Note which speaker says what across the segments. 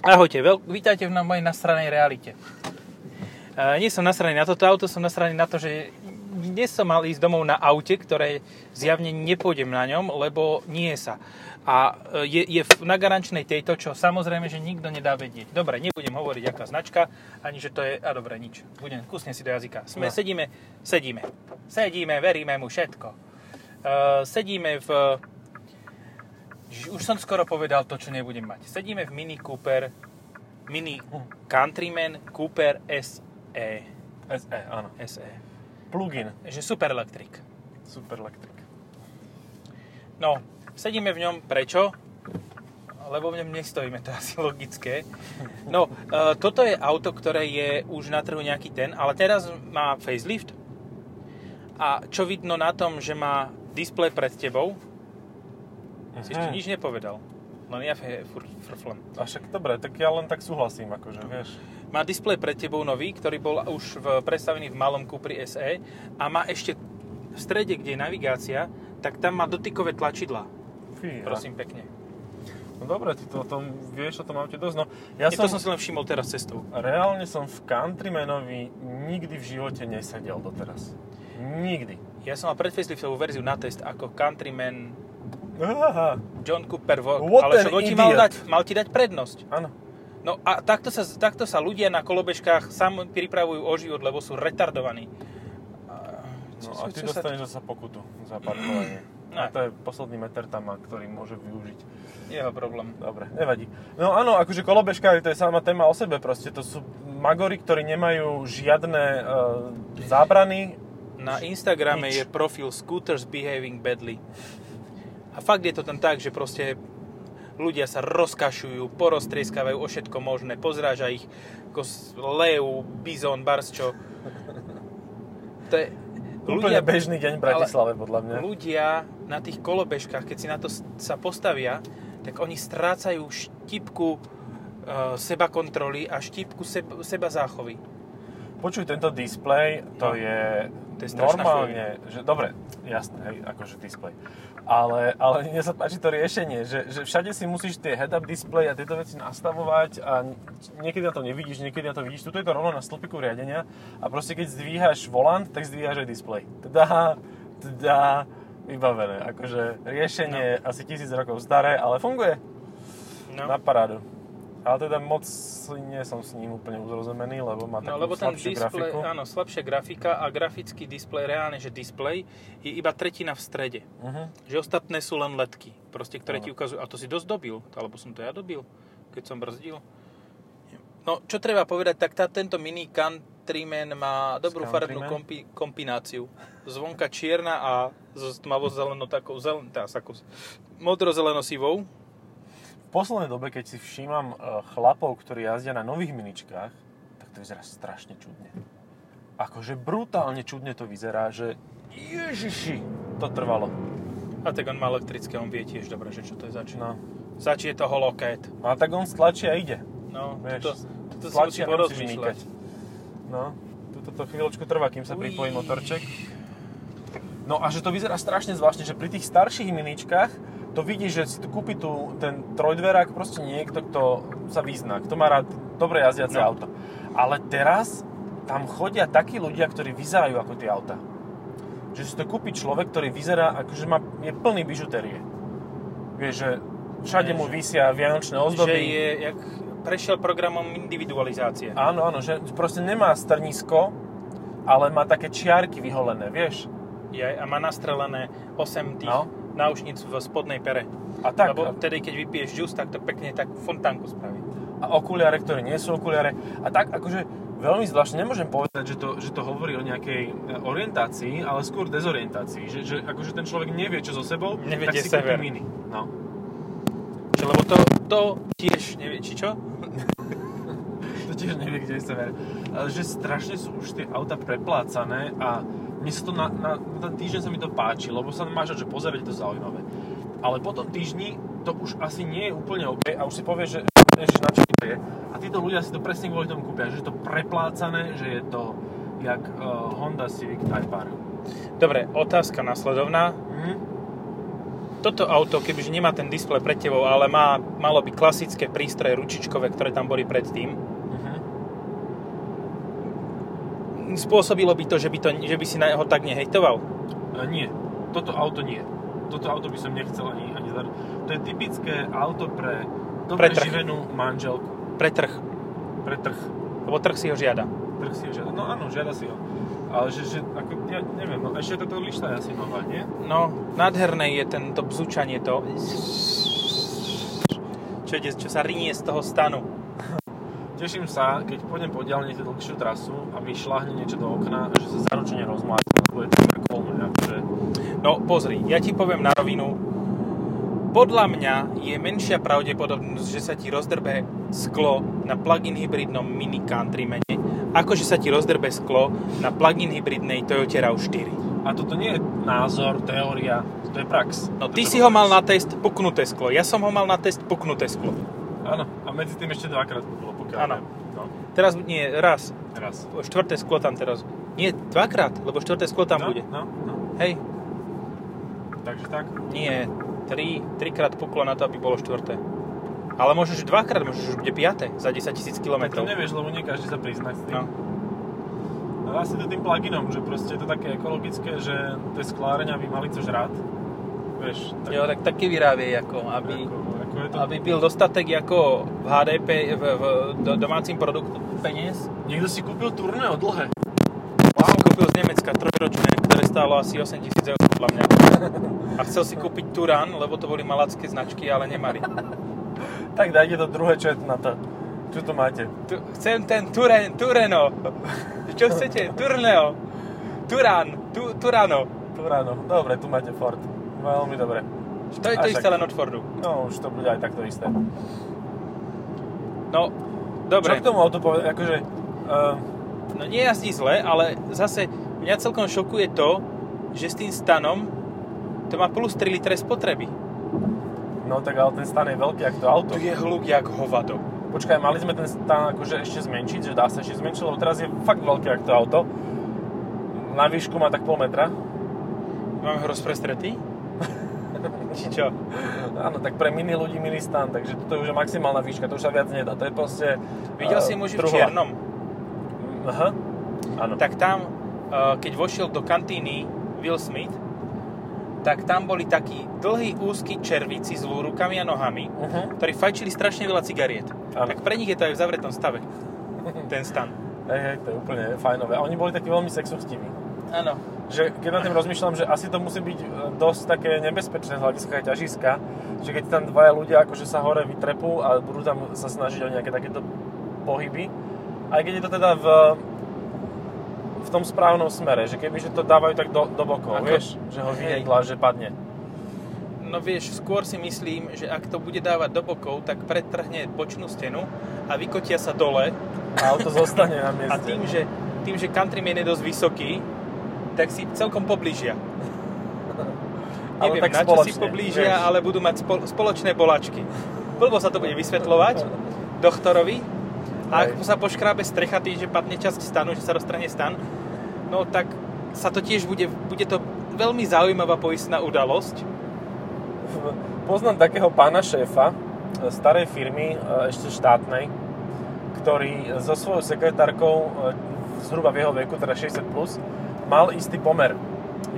Speaker 1: Ahojte, veľ- vítajte na mojej nastranej realite. E, nie som nasraný na toto auto, som nasraný na to, že dnes som mal ísť domov na aute, ktoré zjavne nepôjdem na ňom, lebo nie sa. A e, je, je v- na garančnej tejto, čo samozrejme, že nikto nedá vedieť. Dobre, nebudem hovoriť, aká značka, ani že to je... A dobre, nič. Budem, kusne si do jazyka. Sme,
Speaker 2: No.
Speaker 1: Sedíme, sedíme. Sedíme, veríme mu všetko. E, sedíme v... Ž- Už som skoro povedal to, čo nebudem mať. Sedíme v Mini Cooper, Mini Countryman Cooper SE.
Speaker 2: SE, E, áno.
Speaker 1: SE.
Speaker 2: Plugin.
Speaker 1: E. Že super elektrik.
Speaker 2: Super Electric.
Speaker 1: No, sedíme v ňom prečo? Lebo v ňom nestojíme, to je asi logické. No, e, toto je auto, ktoré je už na trhu nejaký ten, ale teraz má facelift. A čo vidno na tom, že má displej pred tebou, si ešte
Speaker 2: Mhm.
Speaker 1: nič nepovedal. Len ja fe- fur- frflem.
Speaker 2: A však dobre, tak ja len tak súhlasím, akože, vieš.
Speaker 1: Má displej pred tebou nový, ktorý bol už v, predstavený v malom Cupri SE a má ešte v strede, kde je navigácia, tak tam má dotykové tlačidla.
Speaker 2: Fíha.
Speaker 1: Prosím pekne.
Speaker 2: No dobre, ty to o tom, vieš o tom aute dosť, no.
Speaker 1: Ja
Speaker 2: Ja
Speaker 1: som... To
Speaker 2: som,
Speaker 1: som si len všimol teraz cestou.
Speaker 2: reálne som v Countrymanovi nikdy v živote nesedel doteraz. Nikdy.
Speaker 1: Ja som mal pred faceliftovú verziu na test ako Countryman
Speaker 2: Aha,
Speaker 1: John Cooper Work,
Speaker 2: What
Speaker 1: ale
Speaker 2: an
Speaker 1: čo ti mal
Speaker 2: idiot.
Speaker 1: dať? Mal ti dať prednosť.
Speaker 2: áno.
Speaker 1: No a takto sa, takto sa ľudia na kolobežkách sám pripravujú o život, lebo sú retardovaní. A-
Speaker 2: No
Speaker 1: čo-
Speaker 2: a
Speaker 1: čo-
Speaker 2: ty
Speaker 1: čo sa-
Speaker 2: dostaneš zasa pokutu za parkovanie.
Speaker 1: Ne.
Speaker 2: A to je posledný meter tam, má, ktorý môže využiť.
Speaker 1: Jeho problém.
Speaker 2: Dobre, nevadí. No áno, akože kolobežkári, to je sama téma o sebe proste. To sú magory, ktorí nemajú žiadne e, zábrany.
Speaker 1: Na Instagrame je
Speaker 2: Nič.
Speaker 1: profil Scooters Behaving Badly. A fakt je to tam tak, že proste ľudia sa rozkašujú, poroztrieskavajú o všetko možné, pozráža ich ako s- lev, bizon, barsčo. To je...
Speaker 2: Úplne bežný deň v Bratislave, podľa mňa.
Speaker 1: ľudia na tých kolobežkách, keď si na to s- sa postavia, tak oni strácajú štipku uh, seba kontroly a štipku seb- seba záchovy.
Speaker 2: Počuj, tento displej,
Speaker 1: No.
Speaker 2: to je,
Speaker 1: To je strašná
Speaker 2: normálne, že, dobre, jasné, hej, akože displej. Ale, ale mne sa páči to riešenie, že, že všade si musíš tie head-up display a tieto veci nastavovať a n- niekedy na to nevidíš, niekedy na to vidíš. Tuto je to rovno na stĺpiku riadenia a proste keď zdvíhaš volant, tak zdvíhaš aj displej. Teda, teda, vybavené. Akože riešenie asi tisíc rokov staré, ale funguje.
Speaker 1: No.
Speaker 2: Na parádu. Ale teda moc nie som s ním úplne uzrozemený, lebo má
Speaker 1: No
Speaker 2: takú
Speaker 1: lebo ten
Speaker 2: slabšiu
Speaker 1: displej,
Speaker 2: grafiku.
Speaker 1: áno, slabšia grafika a grafický displej, reálne, že displej je iba tretina v strede.
Speaker 2: Mhm.
Speaker 1: Že ostatné sú len ledky, proste, ktoré
Speaker 2: Áno.
Speaker 1: ti ukazujú. A to si dosť dobil, alebo som to ja dobil, keď som brzdil. No, čo treba povedať, tak tá, tento mini Countryman má dobrú farebnú
Speaker 2: Countryman?
Speaker 1: kompi, kombináciu. Zvonka čierna a s tmavo-zelenou takou, zelen, tá, s takou s- modro-zeleno-sivou.
Speaker 2: V poslednej dobe, keď si všímam e, chlapov, ktorí jazdia na nových miničkách, tak to vyzerá strašne čudne. Akože brutálne čudne to vyzerá, že ježiši, to trvalo.
Speaker 1: A tak on má elektrické, on vie tiež dobre, že čo to je zač. No.
Speaker 2: No.
Speaker 1: Zač je toho loket.
Speaker 2: no a tak on stlačí a ide.
Speaker 1: No,
Speaker 2: Vieš,
Speaker 1: toto, toto si musí
Speaker 2: Stlačí a nemusíš
Speaker 1: porozmýšľať.
Speaker 2: mykať. No, tuto to chvíľočku trvá, kým sa
Speaker 1: Uí.
Speaker 2: pripojí motorček. No a že to vyzerá strašne zvláštne, že pri tých starších miničkách to vidíš, že si tu kúpi tu ten trojdverák proste niekto, kto sa vyzná, kto má rád dobre jazdiace
Speaker 1: No.
Speaker 2: no. auto. Ale teraz tam chodia takí ľudia, ktorí vyzerajú ako tie auta. Že si to kúpi človek, ktorý vyzerá ako, že má, je plný bižuterie. Vieš, že všade
Speaker 1: Nie,
Speaker 2: mu
Speaker 1: že-
Speaker 2: vysia vianočné ozdoby.
Speaker 1: Že je, jak prešiel programom individualizácie.
Speaker 2: Áno, áno, že proste nemá strnisko, ale má také čiarky vyholené, vieš?
Speaker 1: Je, a má nastrelené 8 tých
Speaker 2: No.
Speaker 1: náušnic v spodnej pere.
Speaker 2: A tak,
Speaker 1: Lebo
Speaker 2: Lebo...
Speaker 1: vtedy, keď vypiješ džus, tak to pekne tak fontánku spraví.
Speaker 2: a okuliare, ktoré nie sú okuliare. A tak, akože veľmi zvláštne, nemôžem povedať, že to, že to hovorí o nejakej e, orientácii, ale skôr dezorientácii. Že, že akože ten človek nevie, čo so sebou,
Speaker 1: Nevedie
Speaker 2: tak si
Speaker 1: sever.
Speaker 2: kúpi mini. No.
Speaker 1: Že, lebo to, to tiež nevie, či čo?
Speaker 2: to tiež nevie, kde je sever. Ale že strašne sú už tie auta preplácané a mne sa to na, na, na ten týždeň sa mi to páči, lebo sa máš na čo pozerať, je to zaujímavé. Ale po tom týždni to už asi nie je úplne OK a už si povieš, že ježiš, na čo to je. A títo ľudia si to presne kvôli tomu kúpia, že je to preplácané, že je to jak uh, Honda Civic Type R.
Speaker 1: Dobre, otázka nasledovná.
Speaker 2: Mhm.
Speaker 1: toto auto, kebyže nemá ten displej pred tebou, ale má, malo by klasické prístroje ručičkové, ktoré tam boli predtým,
Speaker 2: mhm.
Speaker 1: spôsobilo by to, že by, to, že by si na ho tak nehejtoval?
Speaker 2: E, nie, toto auto nie. Toto auto by som nechcel ani, ani zdať. To je typické auto pre dobre
Speaker 1: Pre trh.
Speaker 2: živenú manželku.
Speaker 1: Pre trh.
Speaker 2: Pre trh.
Speaker 1: Lebo trh si ho žiada.
Speaker 2: Trh si ho žiada. No áno, žiada si ho. Ale že, že ako, ja neviem, no ešte táto lišta je asi nová, nie?
Speaker 1: No, nádherné je tento bzučanie to. Čo, ide, čo sa rinie z toho stanu.
Speaker 2: Teším sa, keď pôjdem po diálnici dlhšiu trasu a mi šláhne niečo do okna, že sa zaručene rozmlátim, lebo je to tak voľné, akože...
Speaker 1: No, pozri, ja ti poviem na rovinu. Podľa mňa je menšia pravdepodobnosť, že sa ti rozdrbe sklo na plug-in hybridnom Mini Countrymane, ako že sa ti rozdrbe sklo na plug-in hybridnej Toyota RAV4.
Speaker 2: A toto nie je názor, teória, to je prax.
Speaker 1: No
Speaker 2: To
Speaker 1: ty si
Speaker 2: je prax.
Speaker 1: ho mal na test puknuté sklo, ja som ho mal na test puknuté sklo.
Speaker 2: Áno, a medzi tým ešte dvakrát bolo, pokiaľ
Speaker 1: Áno.
Speaker 2: viem. No,
Speaker 1: Teraz nie, raz,
Speaker 2: teraz.
Speaker 1: štvrté sklo tam teraz. Nie, dvakrát, lebo štvrté sklo tam
Speaker 2: no,
Speaker 1: bude.
Speaker 2: No, no,
Speaker 1: Hej,
Speaker 2: takže tak.
Speaker 1: nie, tri, trikrát puklo na to, aby bolo štvrté. Ale možno, že dvakrát, možno, že už bude piaté za 10 tisíc
Speaker 2: Tak to
Speaker 1: kilometrov.
Speaker 2: nevieš, lebo nie každý sa prizná s tým.
Speaker 1: No.
Speaker 2: No. Asi to tým pluginom, že proste je to také ekologické, že tie skláreňa by mali což rád. Vieš, tak,
Speaker 1: Jo, tak taky vyrábie, ako, aby,
Speaker 2: ako, ako je to...
Speaker 1: aby byl dostatek jako v HDP, v, v do- domácím produktu peněz.
Speaker 2: Niekto si kúpil turné od dlhé.
Speaker 1: Ja som kúpil z Nemecka trojročné, ktoré stálo asi 8000 eur podľa mňa. A chcel si kúpiť Turan, lebo to boli malacké značky, ale nemali.
Speaker 2: Tak dajte to druhé, čo je tu na to. Čo tu máte?
Speaker 1: Tu, chcem ten Turen, Tureno. Čo chcete? Turneo. Turan, tu, Turano.
Speaker 2: Tu ráno. Dobre, tu máte Ford. Veľmi dobre.
Speaker 1: To je to
Speaker 2: A však-
Speaker 1: isté len od Fordu.
Speaker 2: No, už to bude aj takto isté.
Speaker 1: No,
Speaker 2: Dobre. Čo
Speaker 1: dobre.
Speaker 2: k tomu autu povedať? Akože, uh,
Speaker 1: No nie jazdí zle, ale zase mňa celkom šokuje to, že s tým stanom to má plus 3 litre spotreby.
Speaker 2: no tak ale ten stan je veľký, ako to auto.
Speaker 1: To je hluk jak hovado.
Speaker 2: Počkaj, mali sme ten stan akože ešte zmenšiť, že dá sa ešte zmenšiť, lebo teraz je fakt veľké, ako to auto. Na výšku má tak pol metra.
Speaker 1: Mám ho rozprestretý? Či čo?
Speaker 2: Áno, tak pre mini ľudí mini stan, takže toto je už maximálna výška, to už sa viac nedá. To je proste...
Speaker 1: Videl
Speaker 2: eh,
Speaker 1: si muži v
Speaker 2: truhla.
Speaker 1: čiernom?
Speaker 2: Aha. Áno.
Speaker 1: tak tam, eh, keď vošiel do kantíny Will Smith, tak tam boli takí dlhí, úzky červíci s rukami a nohami,
Speaker 2: Mhm.
Speaker 1: ktorí fajčili strašne veľa cigariet.
Speaker 2: Áno.
Speaker 1: Tak pre nich je to aj v zavretom stave, ten stan.
Speaker 2: Hej, hej, to je úplne fajnové. A oni boli takí veľmi sexostiví.
Speaker 1: Áno.
Speaker 2: Že keď nad tým rozmýšľam, že asi to musí byť e, dosť také nebezpečné z hľadiska aj ťažiska, že keď tam dvaja ľudia akože sa hore vytrepú a budú tam sa snažiť o nejaké takéto pohyby, aj keď je to teda v, v tom správnom smere, že kebyže to dávajú tak do, do bokov,
Speaker 1: Ako-
Speaker 2: vieš, že ho
Speaker 1: Hej.
Speaker 2: vyjedla, že padne.
Speaker 1: No vieš, skôr si myslím, že ak to bude dávať do bokov, tak pretrhne bočnú stenu a vykotia sa dole.
Speaker 2: A auto zostane na mieste.
Speaker 1: A tým, že, tým, že countryman je dosť vysoký, tak si celkom poblížia.
Speaker 2: Ale
Speaker 1: Neviem,
Speaker 2: tak
Speaker 1: na čo si
Speaker 2: spoločne,
Speaker 1: poblížia,
Speaker 2: vieš.
Speaker 1: ale budú mať spol- spoločné bolačky. Blbo sa to bude vysvetľovať doktorovi. A
Speaker 2: Hej.
Speaker 1: ak sa poškrábe strecha tým, že padne časť stanu, že sa roztrhne stan, no tak sa to tiež bude, bude to veľmi zaujímavá poistná udalosť.
Speaker 2: Poznám takého pána šéfa e, starej firmy, e, ešte štátnej, ktorý so svojou sekretárkou e, zhruba v jeho veku, teda 60+, plus, mal istý pomer,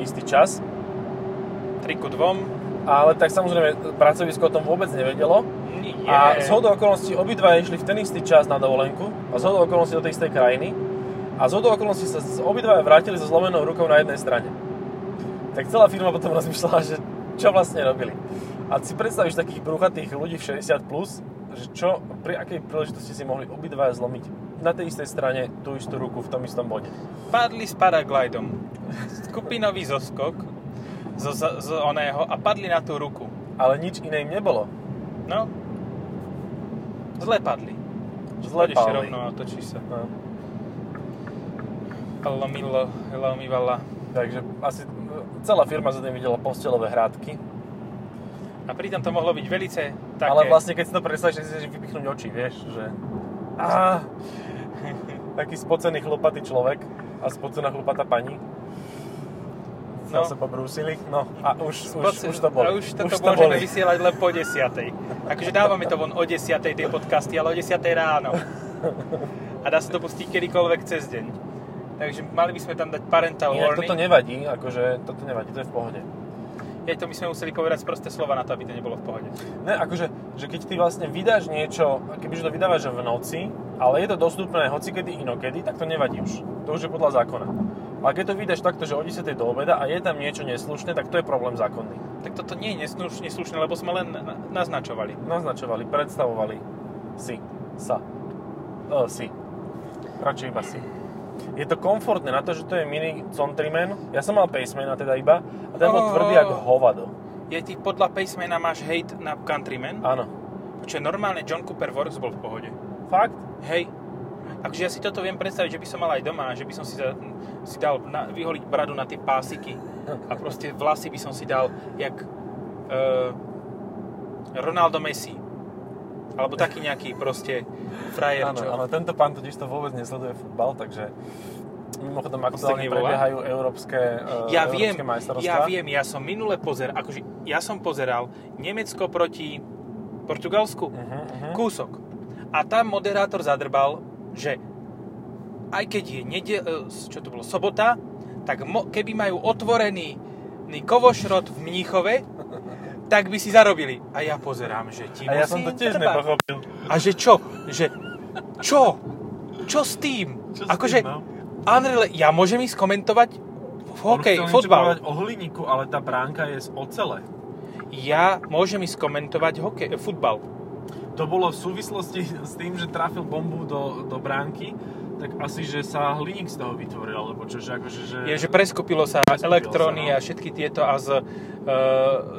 Speaker 2: istý čas,
Speaker 1: 3 ku 2.
Speaker 2: ale tak samozrejme pracovisko o tom vôbec nevedelo a z hodou okolností obidva išli v ten istý čas na dovolenku a z hodou okolností do tej istej krajiny a z hodou okolností sa z- obidva vrátili so zlomenou rukou na jednej strane. Tak celá firma potom rozmýšľala, že čo vlastne robili. A si predstavíš takých brúchatých ľudí v 60+, plus, že čo, pri akej príležitosti si mohli obidva zlomiť na tej istej strane tú istú ruku v tom istom bode.
Speaker 1: Padli s paraglidom. Skupinový zoskok zo, z, z oného a padli na tú ruku.
Speaker 2: Ale nič iné im nebolo.
Speaker 1: No. Zle padli.
Speaker 2: Zle
Speaker 1: Pôjdeš si
Speaker 2: pálili.
Speaker 1: rovno a otočíš sa.
Speaker 2: No.
Speaker 1: Lomilo, lomivala.
Speaker 2: Takže asi e, celá firma za tým videla postelové hrádky.
Speaker 1: A pritom to mohlo byť velice také...
Speaker 2: Ale vlastne, keď si to predstavíš, tak si chceš vypichnúť oči, vieš, že... Á, taký spocený chlopatý človek a spocená chlopatá pani. na
Speaker 1: No.
Speaker 2: seba brúsili. No a už, už,
Speaker 1: Poci-
Speaker 2: už to boli.
Speaker 1: A už toto
Speaker 2: už to
Speaker 1: môžeme
Speaker 2: boli.
Speaker 1: vysielať len po 10. Takže dávame to von o 10. tie podcasty, ale o 10. ráno. A dá sa to pustiť kedykoľvek cez deň. Takže mali by sme tam dať parental
Speaker 2: Inak
Speaker 1: warning.
Speaker 2: toto nevadí, akože toto nevadí, to je v pohode.
Speaker 1: Je to my sme museli povedať prosté slova na to, aby to nebolo v pohode.
Speaker 2: Ne, akože, že keď ty vlastne vydáš niečo, kebyže to vydávaš v noci, ale je to dostupné hocikedy inokedy, tak to nevadí už. To už je podľa zákona. A keď to vydáš takto, že o 10. do obeda a je tam niečo neslušné, tak to je problém zákonný.
Speaker 1: Tak toto nie je nesluš- neslušné, lebo sme len na- naznačovali.
Speaker 2: Naznačovali, predstavovali si, sa, e, si. Radšej iba si. Je to komfortné na to, že to je mini Contriman. Ja som mal Pacemana teda iba a ten bol
Speaker 1: Oh.
Speaker 2: tvrdý ako hovado.
Speaker 1: Je ti podľa pacemana máš hate na Countryman,
Speaker 2: Áno.
Speaker 1: čo normálne John Cooper Works bol v pohode.
Speaker 2: Fakt?
Speaker 1: Hej. Takže ja si toto viem predstaviť, že by som mal aj doma, že by som si, za, si dal na, vyholiť bradu na tie pásiky a proste vlasy by som si dal jak e, Ronaldo Messi. Alebo taký nejaký proste frajer,
Speaker 2: Áno,
Speaker 1: čo...
Speaker 2: ale tento pán totiž to vôbec nesleduje futbal, takže mimochodom aktuálne
Speaker 1: nevolá?
Speaker 2: prebiehajú európske, e,
Speaker 1: ja viem,
Speaker 2: európske majstrovstvá.
Speaker 1: ja viem, ja som minule pozeral, akože ja som pozeral Nemecko proti Portugalsku.
Speaker 2: Mhm, mhm.
Speaker 1: kúsok. A tam moderátor zadrbal, že aj keď je nedel, e, čo to bolo, sobota, tak mo, keby majú otvorenýný kovošrot v Mníchove, tak by si zarobili. A ja pozerám, že ti
Speaker 2: A ja som to
Speaker 1: musím
Speaker 2: tiež
Speaker 1: drbať.
Speaker 2: nepochopil.
Speaker 1: A že čo? Že čo? Čo s tým?
Speaker 2: Čo s
Speaker 1: akože,
Speaker 2: tým, no?
Speaker 1: Unreal, ja môžem ísť komentovať v hokej,
Speaker 2: On chcel niečo
Speaker 1: fotbal.
Speaker 2: povedať o hliníku, ale tá bránka je z ocele.
Speaker 1: Ja môžem ísť komentovať hokej, e, futbal.
Speaker 2: To bolo v súvislosti s tým, že trafil bombu do, do bránky, tak asi, že sa hliník z toho vytvoril, alebo čo, že akože, že...
Speaker 1: Je, že preskupilo sa
Speaker 2: Preskupilo
Speaker 1: elektróny a
Speaker 2: sa, no.
Speaker 1: všetky tieto a z e,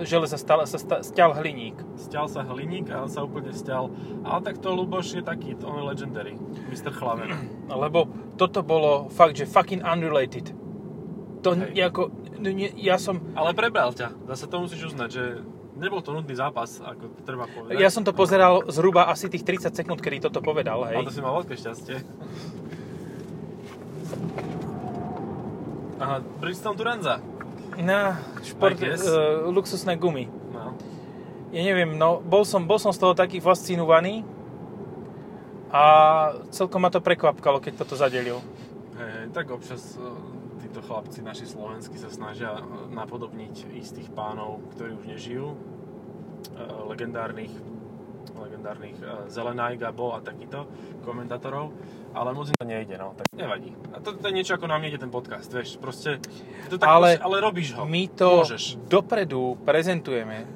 Speaker 1: železa stal, sa sta, stial hliník.
Speaker 2: Sťal sa hliník a on sa úplne sťal. Ale tak to Luboš je taký, to on je legendary. Mr. Chlaven.
Speaker 1: Lebo toto bolo fakt, že fucking unrelated. To n-
Speaker 2: Hej.
Speaker 1: ako, n- nie, ja som,
Speaker 2: Ale prebral ťa. Zase to musíš uznať, že nebol to nudný zápas, ako to treba povedať.
Speaker 1: ja som to pozeral zhruba asi tých 30 sekúnd, kedy toto povedal,
Speaker 2: Ale
Speaker 1: hej.
Speaker 2: to si mal veľké šťastie. Aha, Bridgestone Turanza.
Speaker 1: Na šport,
Speaker 2: I
Speaker 1: e,
Speaker 2: guess.
Speaker 1: luxusné gumy.
Speaker 2: No.
Speaker 1: Ja neviem, no, bol som, bol som z toho taký fascinovaný a celkom ma to prekvapkalo, keď toto zadelil.
Speaker 2: Hej, hej, tak občas eh, títo chlapci naši slovenskí sa snažia eh, napodobniť istých pánov, ktorí už nežijú. Eh, Legendárnych legendárnych eh, Zelenaj, Gabo a takýto komentátorov, ale moc im to nejde, no, tak nevadí. A to, to je niečo ako nám nejde ten podcast, vieš, proste, to tak ale,
Speaker 1: Ale
Speaker 2: proste, ale robíš ho,
Speaker 1: My to
Speaker 2: No, môžeš.
Speaker 1: dopredu prezentujeme,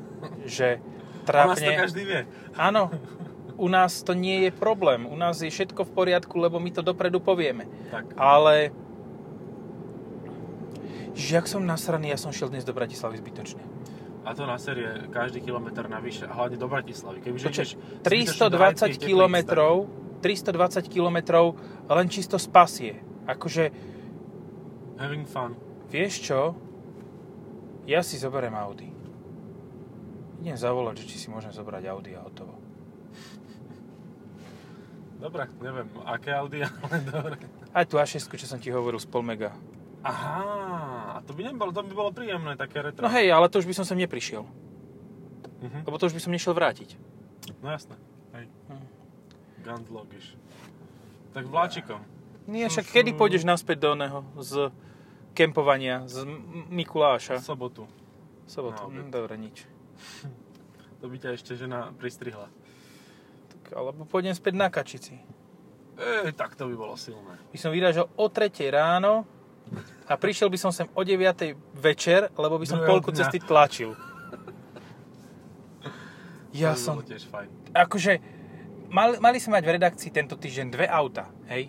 Speaker 1: že
Speaker 2: A nás to
Speaker 1: trápne...
Speaker 2: každý vie.
Speaker 1: Áno, u nás to nie je problém. U nás je všetko v poriadku, lebo my to dopredu povieme.
Speaker 2: Tak,
Speaker 1: Ale... Že ak som nasraný, ja som šiel dnes do Bratislavy zbytočne.
Speaker 2: a to na série každý kilometr navyše, a hlavne do Bratislavy. Kebyže ideš
Speaker 1: Počkaj,
Speaker 2: zbytočne do Rajskej
Speaker 1: 320
Speaker 2: teplíc, tak-
Speaker 1: kilometrov, 320 kilometrov len čisto spasie. Akože,
Speaker 2: Having fun.
Speaker 1: vieš čo? Ja si zoberiem Audi. Idem zavolať, že či si môžem zobrať Audi a hotovo.
Speaker 2: Dobre, neviem, aké Audi, ale dobre.
Speaker 1: Aj tu A6, čo som ti hovoril, z Polmega.
Speaker 2: Aha, a to by nebolo, to by bolo príjemné, také retro.
Speaker 1: No hej, ale to už by som sem neprišiel.
Speaker 2: Mhm.
Speaker 1: Lebo to už by som nešiel vrátiť.
Speaker 2: No jasné, hej.
Speaker 1: Hm.
Speaker 2: Gant logiš. Tak vláčikom.
Speaker 1: Nie, však
Speaker 2: Už,
Speaker 1: kedy
Speaker 2: mm.
Speaker 1: pôjdeš naspäť do oného z kempovania, z M-
Speaker 2: V
Speaker 1: Mikuláša?
Speaker 2: sobotu.
Speaker 1: Sobotu.
Speaker 2: na obed.
Speaker 1: Hm, dobre, nič.
Speaker 2: To by ťa ešte žena pristrihla.
Speaker 1: Tak, alebo pôjdem späť na Kačici.
Speaker 2: Ej, E, tak to by bolo silné.
Speaker 1: By som vyrážal o 3 ráno a prišiel by som sem o 9 večer, lebo by som
Speaker 2: Druhého
Speaker 1: polku
Speaker 2: dňa.
Speaker 1: cesty tlačil. Ja
Speaker 2: to by
Speaker 1: som...
Speaker 2: Bolo tiež fajn.
Speaker 1: Akože, mali, mali sme mať v redakcii tento týždeň dve auta, hej?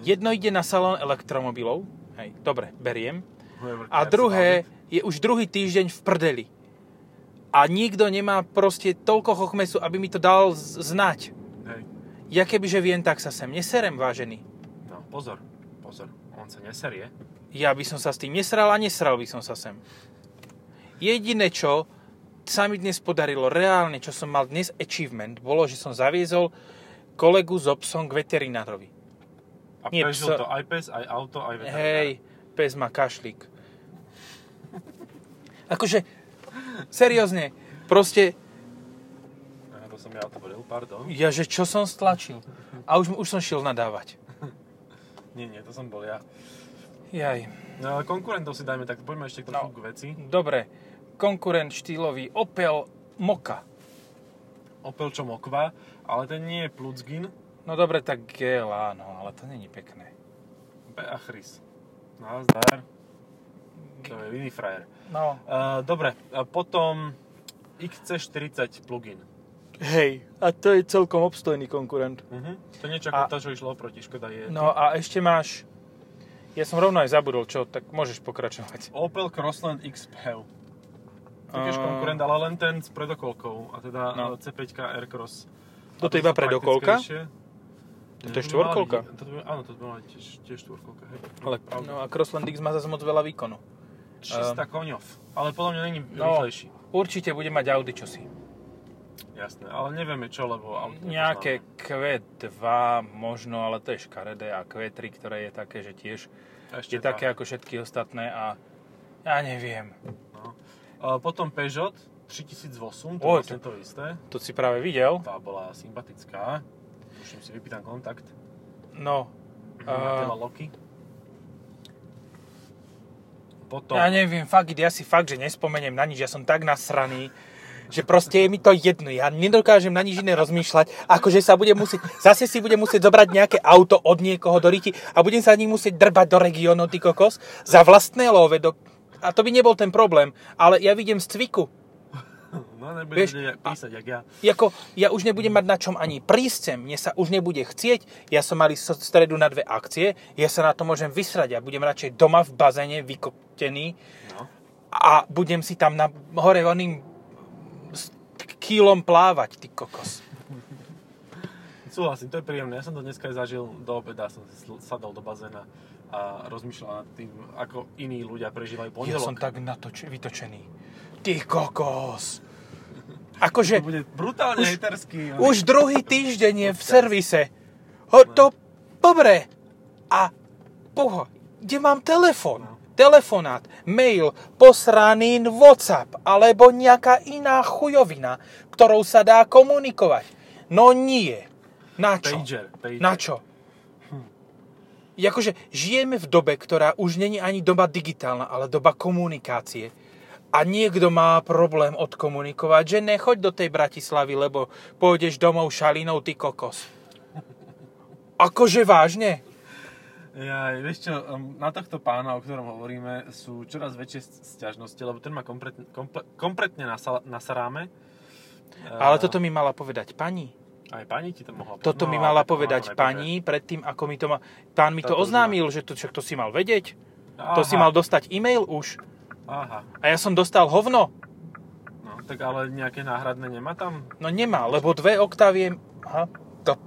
Speaker 1: Jedno ide na salón elektromobilov, hej, dobre, beriem.
Speaker 2: Whoever
Speaker 1: A
Speaker 2: cares
Speaker 1: druhé,
Speaker 2: about
Speaker 1: je už druhý týždeň v prdeli. A nikto nemá proste toľko chochmesu, aby mi to dal z- znať.
Speaker 2: it. Hej.
Speaker 1: Ja kebyže viem, tak sa sem neserem, vážený.
Speaker 2: No, pozor, pozor. On sa neserie.
Speaker 1: Ja by som sa s tým nesral a nesral by som sa sem. Jediné, čo sa mi dnes podarilo reálne, čo som mal dnes achievement, bolo, že som zaviezol kolegu s obsom k veterinárovi.
Speaker 2: A
Speaker 1: Nie,
Speaker 2: prežil
Speaker 1: psa-
Speaker 2: to aj pes, aj auto, aj veterinár.
Speaker 1: Hej, pes má kašlík. Akože, seriózne, proste,
Speaker 2: Aha, to som ja otvoril, pardon.
Speaker 1: ja že čo som stlačil? A už, už som šiel nadávať.
Speaker 2: Nie, nie, to som bol ja.
Speaker 1: Jaj.
Speaker 2: No ale konkurentov si dajme, tak poďme ešte k
Speaker 1: No.
Speaker 2: trošku k veci.
Speaker 1: Dobre, konkurent štýlový Opel Moka.
Speaker 2: Opel čo mokva, ale ten nie je Plugin,
Speaker 1: No dobre, tak GL, áno, ale to není pekné.
Speaker 2: Beachris. Nazdar. To je iný frajer.
Speaker 1: No.
Speaker 2: Uh, dobre, a potom XC40 plugin.
Speaker 1: Hej, a to je celkom obstojný konkurent.
Speaker 2: Uh-huh. To je niečo ako
Speaker 1: A-
Speaker 2: to, čo išlo proti Škoda je.
Speaker 1: No a ešte máš... Ja som rovno aj zabudol, čo, tak môžeš pokračovať.
Speaker 2: Opel Crossland x E PHEV. Takéž
Speaker 1: A-
Speaker 2: konkurent, ale len ten s predokolkou, a teda
Speaker 1: No.
Speaker 2: no. C5 Aircross.
Speaker 1: Toto
Speaker 2: A
Speaker 1: iba
Speaker 2: sú
Speaker 1: predokolka?
Speaker 2: praktickejšie.
Speaker 1: Toto je
Speaker 2: by
Speaker 1: štvorkolka?
Speaker 2: mala byť- toto by, áno, to by mala byť tiež, tiež štvorkolka. Hej.
Speaker 1: Ale,
Speaker 2: Pravda.
Speaker 1: no a Crossland X má zase moc veľa výkonu.
Speaker 2: 300 koňov, ale podľa mňa není
Speaker 1: No.
Speaker 2: rýchlejší.
Speaker 1: Určite bude mať Audi čosi.
Speaker 2: Jasné, ale nevieme čo, lebo auto
Speaker 1: Nejaké Q2 možno, ale to je škaredé a Q3, ktoré je také, že tiež
Speaker 2: nepoznáme. Ešte
Speaker 1: je také ako všetky ostatné a ja neviem.
Speaker 2: No. A potom Peugeot 3008, to je
Speaker 1: Oj,
Speaker 2: vlastne to isté.
Speaker 1: To si práve videl.
Speaker 2: Tá bola sympatická. Musím si vypýtam kontakt.
Speaker 1: No,
Speaker 2: Uh,
Speaker 1: a,
Speaker 2: Tela Loki. Potom...
Speaker 1: ja neviem, fakt, ja si fakt, že nespomeniem na nič, ja som tak nasraný, že proste je mi to jedno, ja nedokážem na nič iné rozmýšľať, ako že sa budem musieť, zase si budem musieť zobrať nejaké auto od niekoho do riti a budem sa ním musieť drbať do regiónu, ty kokos, za vlastné love, do... a to by nebol ten problém, ale ja vidím z cviku,
Speaker 2: No
Speaker 1: Vieš,
Speaker 2: nebudeš vedieť písať, jak ja.
Speaker 1: Jako, ja už nebudem mať na čom ani prísť sem, mne sa už nebude chcieť, ja som mali so- v stredu na dve akcie, ja sa na to môžem vysrať, ja budem radšej doma v bazéne vykoptený
Speaker 2: No.
Speaker 1: a budem si tam na hore oným s kýlom plávať, ty kokos.
Speaker 2: Súhlasím, to je príjemné. Ja som to dneska aj zažil do obeda, som si sl- sadol do bazéna a rozmýšľal nad tým, ako iní ľudia prežívajú
Speaker 1: Ja som
Speaker 2: pondelok.
Speaker 1: tak natoč- vytočený. Ty kokos. Akože,
Speaker 2: To bude brutálne
Speaker 1: Už-
Speaker 2: hejterský. ale-
Speaker 1: Už druhý týždeň je v servise. Ho, to dobre. A poho, kde mám telefon? Telefonát, mail, posraný WhatsApp alebo nejaká iná chujovina, ktorou sa dá komunikovať. No nie. Na čo?
Speaker 2: Pager, pager.
Speaker 1: Na čo? Jakože žijeme v dobe, ktorá už není ani doba digitálna, ale doba komunikácie. A niekto má problém odkomunikovať, že nechoď do tej Bratislavy, lebo pôjdeš domov šalinou, ty kokos. Akože vážne?
Speaker 2: Ja, vieš čo, um, na tohto pána, o ktorom hovoríme, sú čoraz väčšie s- sťažnosti, lebo ten ma kompletne, komple, kompletne nasala, nasaráme.
Speaker 1: Ale toto mi mala povedať pani.
Speaker 2: Aj pani ti to mohla
Speaker 1: Toto
Speaker 2: no,
Speaker 1: mi
Speaker 2: ale
Speaker 1: mala
Speaker 2: tak to
Speaker 1: povedať
Speaker 2: ona
Speaker 1: pani predtým, ako mi to ma... Pán mi to
Speaker 2: Toto už
Speaker 1: oznámil, že to, čo to si mal vedieť.
Speaker 2: nepovie.
Speaker 1: To si
Speaker 2: Aha,
Speaker 1: mal dostať e-mail už.
Speaker 2: Aha,
Speaker 1: A ja som dostal hovno.
Speaker 2: no tak ale nejaké náhradné nemá tam?
Speaker 1: No nemá, lebo dve oktávie... Aha, to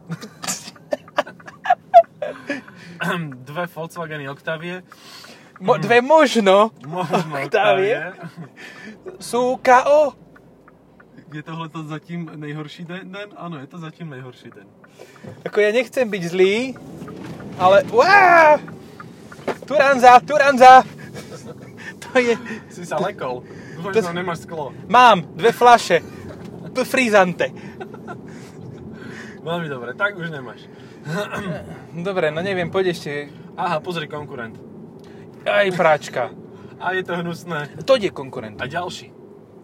Speaker 2: Dve Volkswageny Octavie.
Speaker 1: Mo, dve možno
Speaker 2: Možno
Speaker 1: Octavie?
Speaker 2: Octavie.
Speaker 1: sú KO.
Speaker 2: Je tohle to zatím nejhorší den? den? Ano, je to zatím nejhorší den.
Speaker 1: Ako ja nechcem byť zlý, ale... Uá! Turanza, Turanza! To je...
Speaker 2: Si sa lekol. Dúfam,
Speaker 1: To
Speaker 2: že
Speaker 1: si-
Speaker 2: tam nemáš sklo.
Speaker 1: Mám dve flaše. P- Frizante.
Speaker 2: Veľmi dobre, tak už nemáš.
Speaker 1: Dobre, no neviem, poď ešte.
Speaker 2: Aha, pozri konkurent.
Speaker 1: Aj práčka.
Speaker 2: A je to hnusné.
Speaker 1: To je konkurent.
Speaker 2: A ďalší.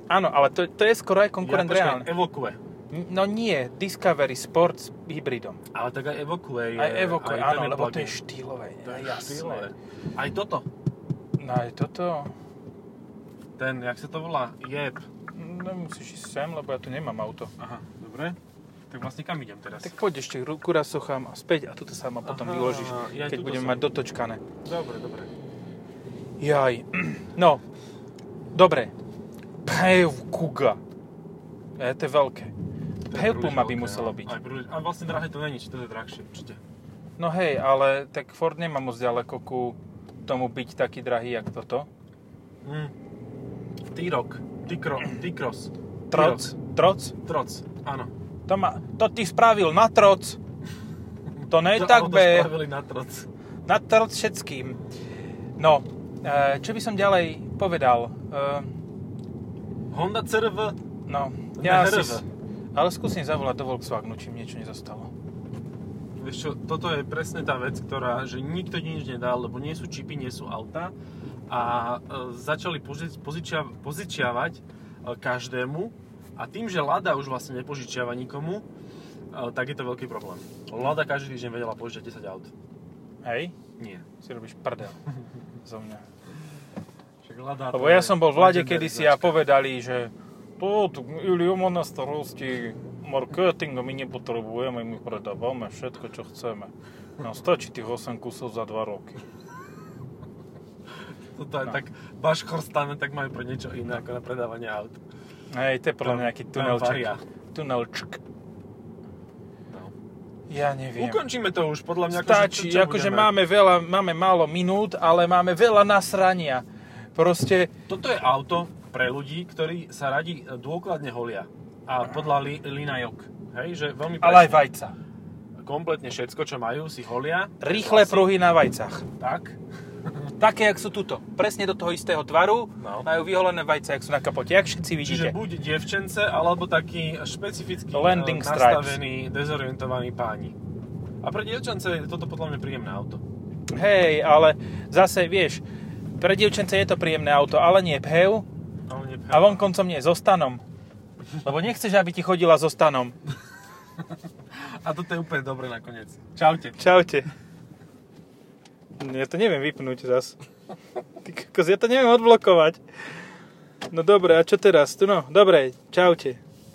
Speaker 1: Áno, ale to, to je skoro aj konkurent
Speaker 2: počkaj,
Speaker 1: reálne.
Speaker 2: Evokue.
Speaker 1: No nie, Discovery Sport s hybridom.
Speaker 2: Ale tak aj Evokue je...
Speaker 1: Aj Evoco,
Speaker 2: aj ten
Speaker 1: áno, lebo to
Speaker 2: plug-in.
Speaker 1: je štýlové.
Speaker 2: To je
Speaker 1: jasné.
Speaker 2: štýlové. Aj toto.
Speaker 1: No aj toto...
Speaker 2: Ten, jak sa to volá? Jeb.
Speaker 1: no, Nemusíš ísť sem, lebo ja tu nemám auto.
Speaker 2: Aha, dobre. Tak vlastne kam idem teraz?
Speaker 1: Tak poď ešte ru- ku rasochám a späť a tuto sa ma potom
Speaker 2: Aha,
Speaker 1: vyložíš,
Speaker 2: ja
Speaker 1: keď
Speaker 2: tuto
Speaker 1: budem
Speaker 2: som.
Speaker 1: mať dotočkané.
Speaker 2: Dobre, dobre.
Speaker 1: Jaj. No, dobre. Pev Kuga. E, to je veľké. Pev Puma by muselo byť.
Speaker 2: Aj, príliš- a vlastne drahé to není, či to je drahšie určite.
Speaker 1: No hej, ale tak Ford nemá moc ďaleko ku tomu byť taký drahý, jak toto. Hm.
Speaker 2: Mm. T-Rock, T-Cro, T-Cross,
Speaker 1: Troc. Troc?
Speaker 2: Troc, áno.
Speaker 1: To, ma, to ty spravil na troc. To ne
Speaker 2: To
Speaker 1: tak,
Speaker 2: auto
Speaker 1: be.
Speaker 2: spravili na Troc.
Speaker 1: Na troc všetkým. No, e, čo by som ďalej povedal? E,
Speaker 2: Honda CRV.
Speaker 1: No, ja
Speaker 2: HRV.
Speaker 1: si... Ale skúsim zavolať do Volkswagenu, či mi niečo nezostalo.
Speaker 2: Vieš čo, toto je presne tá vec, ktorá, že nikto ti nič nedá, lebo nie sú čipy, nie sú auta a e, začali poži- požičia- požičiavať e, každému a tým, že Lada už vlastne nepožičiava nikomu, e, tak je to veľký problém. Lada každý týždeň vedela požičať 10 aut.
Speaker 1: Hej?
Speaker 2: Nie.
Speaker 1: Si robíš prdel zo mňa.
Speaker 2: Však Lada
Speaker 1: Lebo ja som bol v Lade kedysi a povedali, že to tu Iliu má na starosti marketing a my nepotrebujeme, my predávame všetko, čo chceme. Nám stačí tých 8 kusov za 2 roky.
Speaker 2: Toto je
Speaker 1: No.
Speaker 2: tak, Baškorstane tak majú pre niečo iné ako na predávanie aut.
Speaker 1: Hej, to je podľa
Speaker 2: Tam-
Speaker 1: mňa nejaký
Speaker 2: tam
Speaker 1: tunelček.
Speaker 2: varia.
Speaker 1: Tunelček.
Speaker 2: No.
Speaker 1: Ja neviem.
Speaker 2: Ukončíme to už, podľa mňa.
Speaker 1: Stačí,
Speaker 2: čo- čo
Speaker 1: akože
Speaker 2: budeme?
Speaker 1: máme veľa, máme málo minút, ale máme veľa nasrania. Proste,
Speaker 2: Toto je auto pre ľudí, ktorí sa radi e, dôkladne holia. A podľa li, Lina Jok. Hej, že veľmi
Speaker 1: ale aj
Speaker 2: presne.
Speaker 1: vajca.
Speaker 2: kompletne všetko, čo majú, si holia.
Speaker 1: Rýchle
Speaker 2: Vlasy.
Speaker 1: pruhy na vajcach.
Speaker 2: Tak.
Speaker 1: Také, jak sú tuto. Presne do toho istého tvaru.
Speaker 2: No.
Speaker 1: Majú vyholené vajce, jak sú na kapote. Jak všetci vidíte.
Speaker 2: Čiže buď dievčence, alebo taký špecifický
Speaker 1: Landing
Speaker 2: e,
Speaker 1: stripes.
Speaker 2: nastavený, dezorientovaný páni. A pre dievčance je toto podľa mňa príjemné auto.
Speaker 1: Hej, ale zase, vieš, pre dievčence je to príjemné auto, ale nie phev.
Speaker 2: Ale nepchá.
Speaker 1: A vonkoncom nie, zostanom. Lebo nechceš, aby ti chodila zostanom.
Speaker 2: a toto je úplne dobre nakoniec. Čaute.
Speaker 1: Čaute. Ja to neviem vypnúť zas. Ty kokos, ja to neviem odblokovať. No dobre, a čo teraz? Tu no, dobre, čaute.